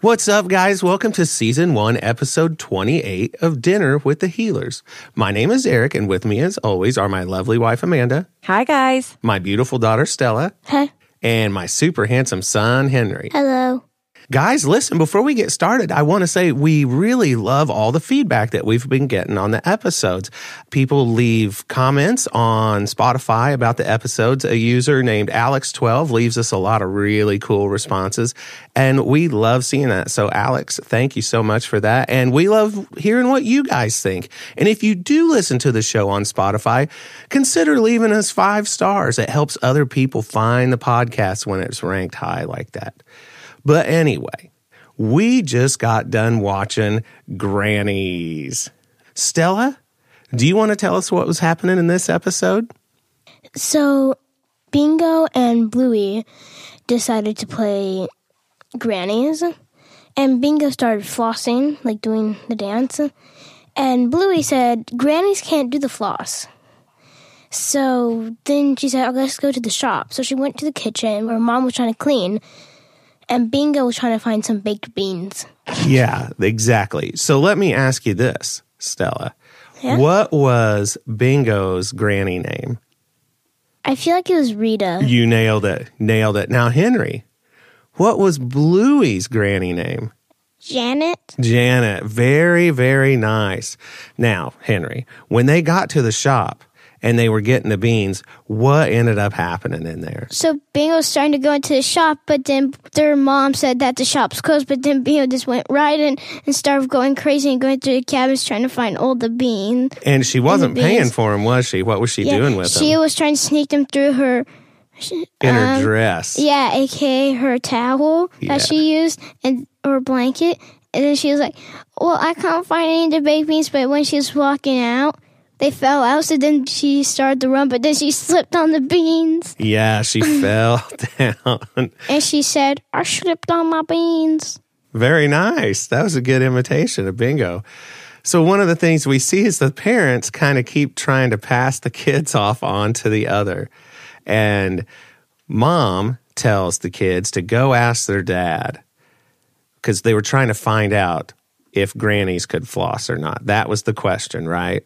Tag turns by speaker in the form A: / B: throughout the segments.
A: What's up, guys? Welcome to season one, episode 28 of Dinner with the Healers. My name is Eric, and with me, as always, are my lovely wife, Amanda,
B: Hi, guys.
A: my beautiful daughter, Stella,
C: Huh?
A: and my super handsome son, Henry.
C: Hello.
A: Guys, listen, before we get started, I want to say we really love all the feedback that we've been getting on the episodes. People leave comments on Spotify about the episodes. A user named Alex12 leaves us a lot of really cool responses, and we love seeing that. So, Alex, thank you so much for that. And we love hearing what you guys think. And if you do listen to the show on Spotify, consider leaving us five stars. It helps other people find the podcast when it's ranked high like that. But anyway, we just got done watching Grannies. Stella, do you want to tell us what was happening in this episode?
C: So, Bingo and Bluey decided to play grannies, and Bingo started flossing, like doing the dance, and Bluey said, Grannies can't do the floss. So then she said, oh, let's go to the shop. So she went to the kitchen where mom was trying to clean, and Bingo was trying to find some baked beans.
A: Yeah, exactly. So let me ask you this, Stella.
C: Yeah?
A: What was Bingo's granny name?
C: I feel like it was Rita.
A: You nailed it. Nailed it. Now, Henry, what was Bluey's granny name?
C: Janet?
A: Janet, very, very nice. Now, Henry, when they got to the shop and they were getting the beans, what ended up happening in there?
C: So Bingo was starting to go into the shop, but then their mom said that the shop's closed. But then Bingo just went right in and started going crazy and going through the cabinets trying to find all the beans.
A: And she wasn't
C: beans.
A: paying for them, was she? What was she doing with
C: she
A: them?
C: was trying to sneak them through her,
A: In her dress.
C: yeah, aka her towel
A: Yeah.
C: that she used and her blanket. And then she was like, "Well, I can't find any of the baked beans." But when she was walking out, they fell out. So then she started to run, but then she slipped on the beans
A: Yeah, she fell down.
C: and she said, "I slipped on my beans."
A: Very nice. That was a good imitation of bingo. So, one of the things we see is the parents kind of keep trying to pass the kids off onto the other. And mom tells the kids to go ask their dad because they were trying to find out if grannies could floss or not. That was the question, right?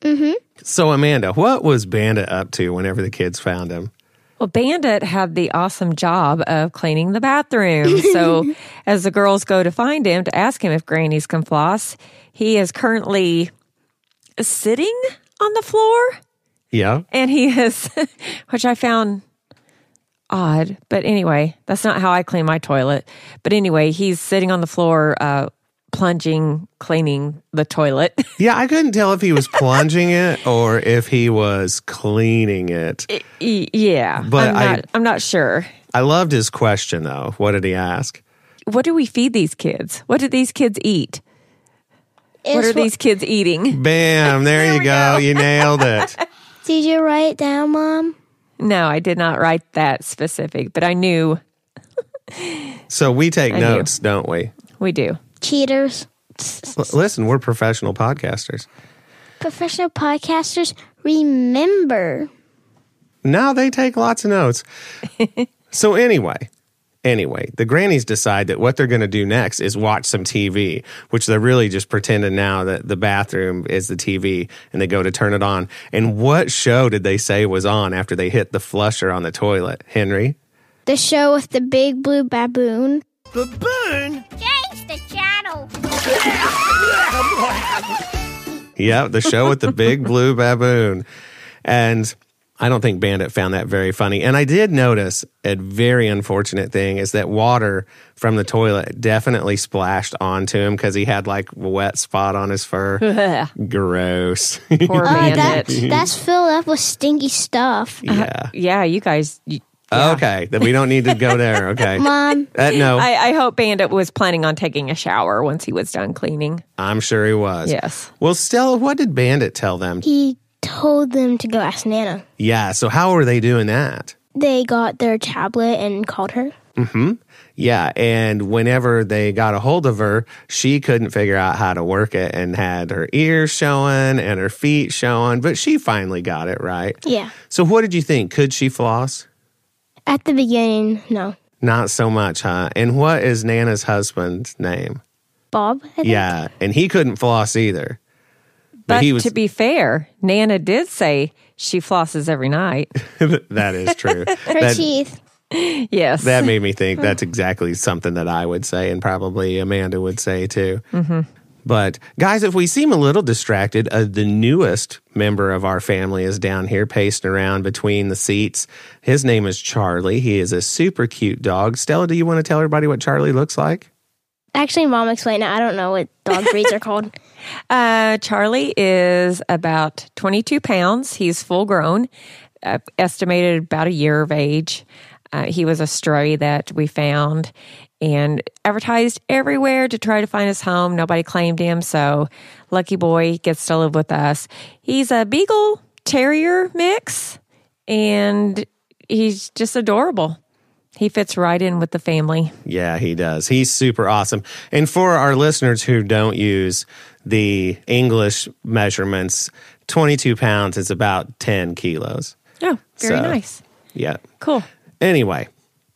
A: Mm-hmm. So, Amanda, what was Bandit up to whenever the kids found him?
B: Well, Bandit had the awesome job of cleaning the bathroom. so, as the girls go to find him to ask him if grannies can floss, he is currently sitting on the floor.
A: Yeah.
B: And he is, which I found odd. But anyway, that's not how I clean my toilet. But anyway, he's sitting on the floor, uh, plunging, cleaning the toilet.
A: Yeah, I couldn't tell if he was plunging it or if he was cleaning it.
B: Y- yeah.
A: But
B: I'm
A: I-
B: not, I'm not sure.
A: I loved his question though. What did he ask?
B: what do we feed these kids? What do these kids eat? what
C: It's
B: are these kids eating?
A: Bam, there, you
B: we
A: go.
B: go.
A: You nailed it.
C: Did you write it down, Mom?
B: No, I did not write that specific, but I knew
A: So we take
B: I do.
A: notes, don't we?
B: we do.
C: Cheaters.
A: L- listen, we're professional podcasters.
C: Professional podcasters, remember.
A: No, they take lots of notes. so anyway, anyway, the grannies decide that what they're going to do next is watch some TV, which they're really just pretending now that the bathroom is the TV, and they go to turn it on. And what show did they say was on after they hit the flusher on the toilet, Henry?
C: The show with the big blue baboon.
D: Change the channel.
A: Yeah, the show with the big blue baboon. And I don't think Bandit found that very funny. And I did notice a very unfortunate thing is that water from the toilet definitely splashed onto him because he had like a wet spot on his fur.
B: Ugh,
A: Gross.
B: Poor
C: Oh, that,
B: bandit.
C: that's filled up with stinky stuff.
A: yeah.
B: yeah, you guys. You,
A: Okay. Then we don't need to go there. Okay.
C: Mom,
A: Uh, no, I,
B: I, I hope Bandit was planning on taking a shower once he was done cleaning.
A: am sure he was.
B: Yes.
A: Well, Stella, what did Bandit tell them?
C: he told them to go ask Nana.
A: Yeah. So how are they doing that?
C: They got their tablet and called her.
A: Yeah, and whenever they got a hold of her, she couldn't figure out how to work it and had her ears showing and her feet showing, but she finally got it right.
C: Yeah.
A: So what did you think? Could she floss?
C: At the beginning, no.
A: Not so much, huh? And what is Nana's husband's name?
C: Bob, I think.
A: Yeah, and he couldn't floss either.
B: But
A: he was-
B: to be fair, Nana did say she flosses every night.
A: that is true.
C: Her
A: That-
C: teeth.
B: Yes.
A: that made me think that's exactly something that I would say, and probably Amanda would say too. But guys, if we seem a little distracted, uh, the newest member of our family is down here pacing around between the seats. His name is Charlie. He is a super cute dog. Stella, do you want to tell everybody what Charlie looks like?
C: Actually, mom explained it. I don't know what dog breeds are called.
B: Uh, Charlie is about 22 pounds. He's full grown, uh, estimated about a year of age. Uh, he was a stray that we found and advertised everywhere to try to find his home. Nobody claimed him, so lucky boy gets to live with us. He's a beagle terrier mix, and he's just adorable. He fits right in with the family.
A: Yeah, he does. He's super awesome. And for our listeners who don't use the English measurements, 22 pounds is about 10 kilos.
B: Oh, very
A: So-
B: nice.
A: Yeah.
B: Cool.
A: Anyway,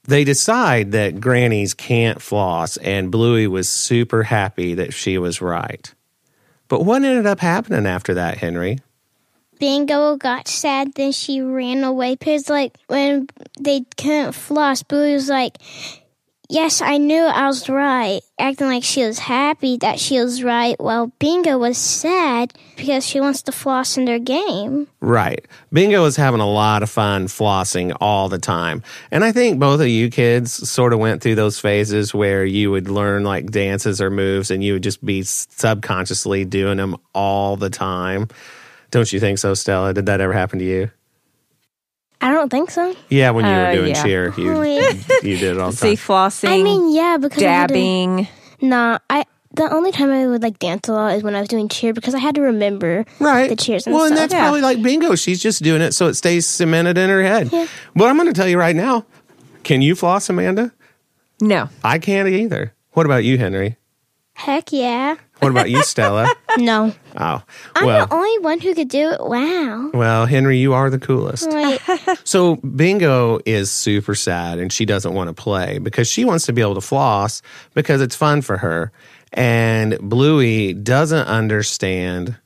A: they decide that grannies can't floss, and Bluey was super happy that she was right. But what ended up happening after that, Henry?
D: Bingo got sad, then she ran away. Because, like, when
C: They couldn't floss. Bluey was like, Yes, I knew I was right. Acting like she was happy that she was right, while Bingo was sad because she wants to floss in their game.
A: Right. Bingo is having a lot of fun flossing all the time. And I think both of you kids sort of went through those phases where you would learn like dances or moves and you would just be subconsciously doing them all the time. Don't you think so, Stella? Did that ever happen to you?
C: I don't think so.
A: Yeah, when you
B: Uh,
A: were doing
B: yeah.
A: cheer, you,
C: Wait.
A: you did it all the time.
B: See, flossing,
C: I mean, yeah, because I had to-
B: dabbing.
C: Nah, I the only time I would like dance a lot is when I was doing cheer because I had to remember
A: right
C: the cheers and
A: well and
C: stuff.
A: that's probably like bingo she's just doing it so it stays cemented in her head
C: Yeah.
A: but i'm going to tell you right now can you floss amanda
B: No.
A: i can't either what about you henry
C: Heck yeah.
A: what about you stella
C: No.
A: oh
C: I'm
A: well
C: the only one who could do it. Wow.
A: well henry you are the coolest
C: Like,
A: So Bingo is super sad and she doesn't want to play because she wants to be able to floss because it's fun for her. And Bluey doesn't understand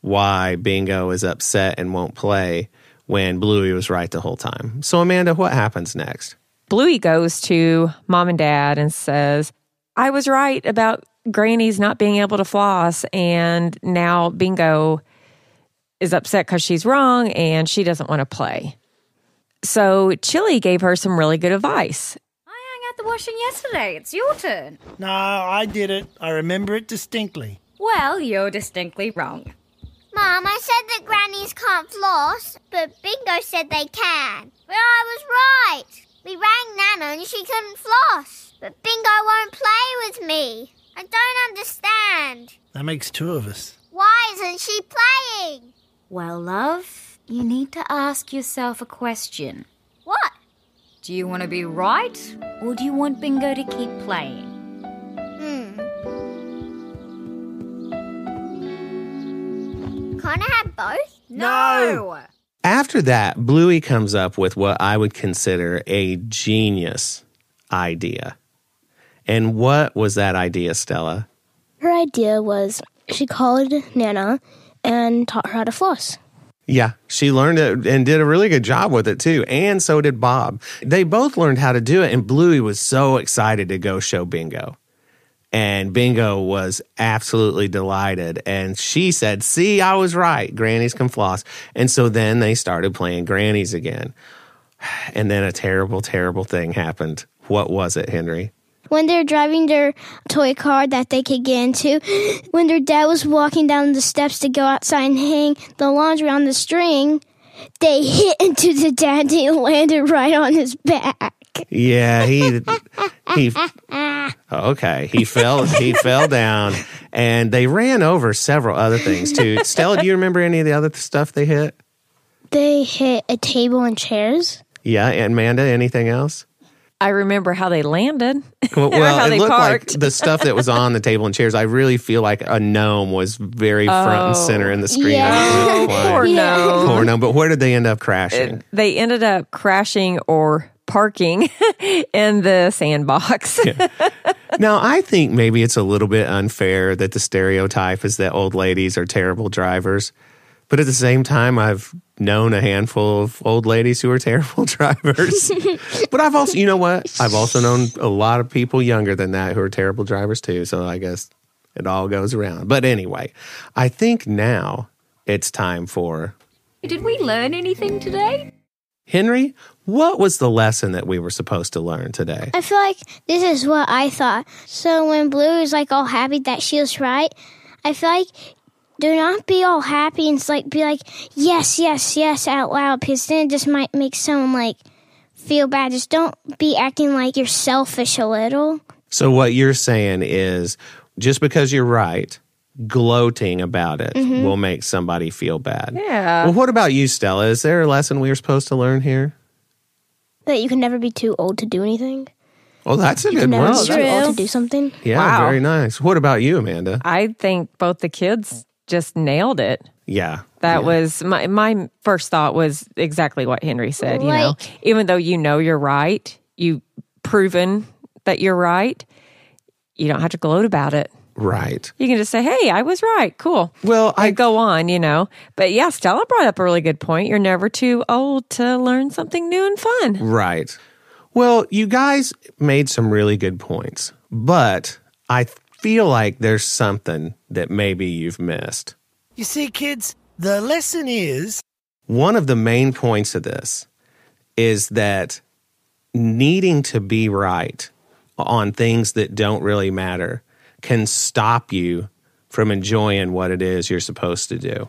A: why Bingo is upset and won't play when Bluey was right the whole time. So Amanda, what happens next?
B: Bluey goes to mom and dad and says, I was right about Granny's not being able to floss. And now Bingo is upset because she's wrong and she doesn't want to play. So Chili gave her some really good advice.
E: I hung out the washing yesterday. It's your turn.
F: No, I did it. I remember it distinctly.
E: Well, you're distinctly wrong.
D: Mom, I said that grannies can't floss, but Bingo said they can. But I was right. We rang Nana and she couldn't floss. But Bingo won't play with me. I don't understand.
F: That makes two of us.
D: Why isn't she playing?
E: Well, love, you need to ask yourself a question.
D: What?
E: Do you want to be right, or do you want Bingo to keep playing?
D: Hmm. Can't I have both?
F: No!
A: After that, Bluey comes up with what I would consider a genius idea. And what was that idea, Stella?
C: her idea was she called Nana and taught her how to floss.
A: Yeah, she learned it and did a really good job with it too. And so did Bob. They both learned how to do it, and Bluey was so excited to go show Bingo. And Bingo was absolutely delighted. And she said, See, I was right. Grannies can floss. And so then they started playing Grannies again. And then a terrible, terrible thing happened. What was it, Henry?
C: When they're driving their toy car that they could get into, when their dad was walking down the steps to go outside and hang the laundry on the string, they hit into the dad and he landed right on his back.
A: Yeah, he he. Okay, he fell. He fell down, and they ran over several other things too. Stella, do you remember any of the other stuff they hit?
C: They hit a table and chairs.
A: Yeah, and Amanda, anything else?
B: I remember how they landed.
A: Well,
B: how
A: well it
B: they
A: looked like
B: parked.
A: the stuff that was on the table and chairs. I really feel like a gnome was very front and
B: Oh.
A: center in the screen.
C: Yeah.
A: Oh, as we were flying.
B: Poor no.
A: Poor gnome. But where did they end up crashing?
B: They ended up crashing or parking in the sandbox.
A: Now, I think maybe it's a little bit unfair that the stereotype is that old ladies are terrible drivers. But at the same time, I've known a handful of old ladies who are terrible drivers. but I've also, you know what? I've also known a lot of people younger than that who are terrible drivers too. So I guess it all goes around. But anyway, I think now it's time for
E: Did we learn anything today?
A: Henry. What was the lesson that we were supposed to learn today?
C: I feel like this is what I thought. So when Blue is like all happy that she was right, I feel like do not be all happy and like be like yes, yes, yes out loud because then it just might make someone like feel bad. Just don't be acting like you're selfish a little.
A: So what you're saying is just because you're right, gloating about it will make somebody feel bad.
B: Mm-hmm. Yeah.
A: Well, what about you, Stella? Is there a lesson we were supposed to learn here?
C: That you can never be too old to do anything.
A: Well, Oh, that's a good
C: Never
A: one.
C: be too
B: True.
C: old to do something.
A: Yeah,
B: Wow.
A: very nice. What about you, Amanda?
B: I think both the kids just nailed it.
A: Yeah.
B: That was my my first thought was exactly what Henry said. You know,
C: Like-
B: even though you know you're right, you've proven that you're right. You don't have to gloat about it.
A: Right.
B: You can just say, "Hey, I was right. Cool."
A: Well,
B: I
A: I
B: go on, you know. But yeah, Stella brought up a really good point. You're never too old to learn something new and fun.
A: Right. Well, you guys made some really good points, but I feel like there's something that maybe you've missed.
F: You see, kids, the lesson is
A: One of the main points of this is that needing to be right on things that don't really matter can stop you from enjoying what it is you're supposed to do.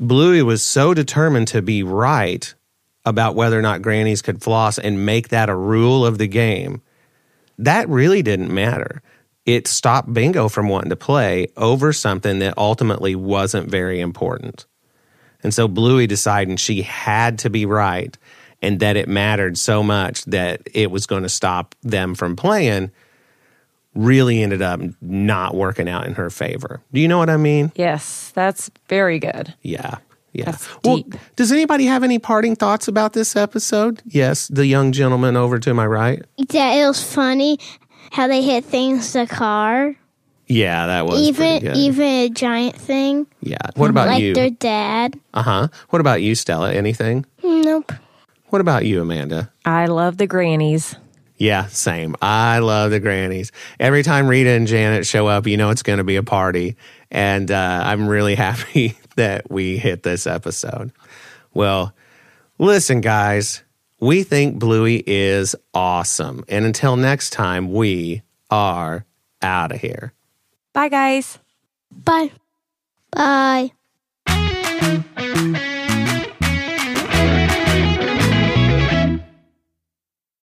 A: Bluey was so determined to be right about whether or not grannies could floss and make that a rule of the game. That really didn't matter. It stopped Bingo from wanting to play over something that ultimately wasn't very important. And so Bluey deciding she had to be right and that it mattered so much that it was going to stop them from playing really ended up not working out in her favor. Do you know what I mean?
B: Yes, that's very good.
A: Yeah. Yeah.
B: That's deep.
A: does anybody have any parting thoughts about this episode? Yes, the young gentleman over to my right.
C: That it was funny how they hit things the car,
A: Yeah, that was pretty
C: even
A: good.
C: even a giant thing
A: yeah. What about
C: like
A: you?
C: their dad.
A: Uh huh. What about you, Stella? Anything?
C: Nope.
A: What about you, Amanda?
B: I love the grannies.
A: Yeah, same. I love the grannies. Every time Rita and Janet show up, you know it's going to be a party. And uh, I'm really happy that we hit this episode. Well, listen, guys, we think Bluey is awesome. And until next time, we are out of here.
B: Bye, guys.
C: Bye. Bye.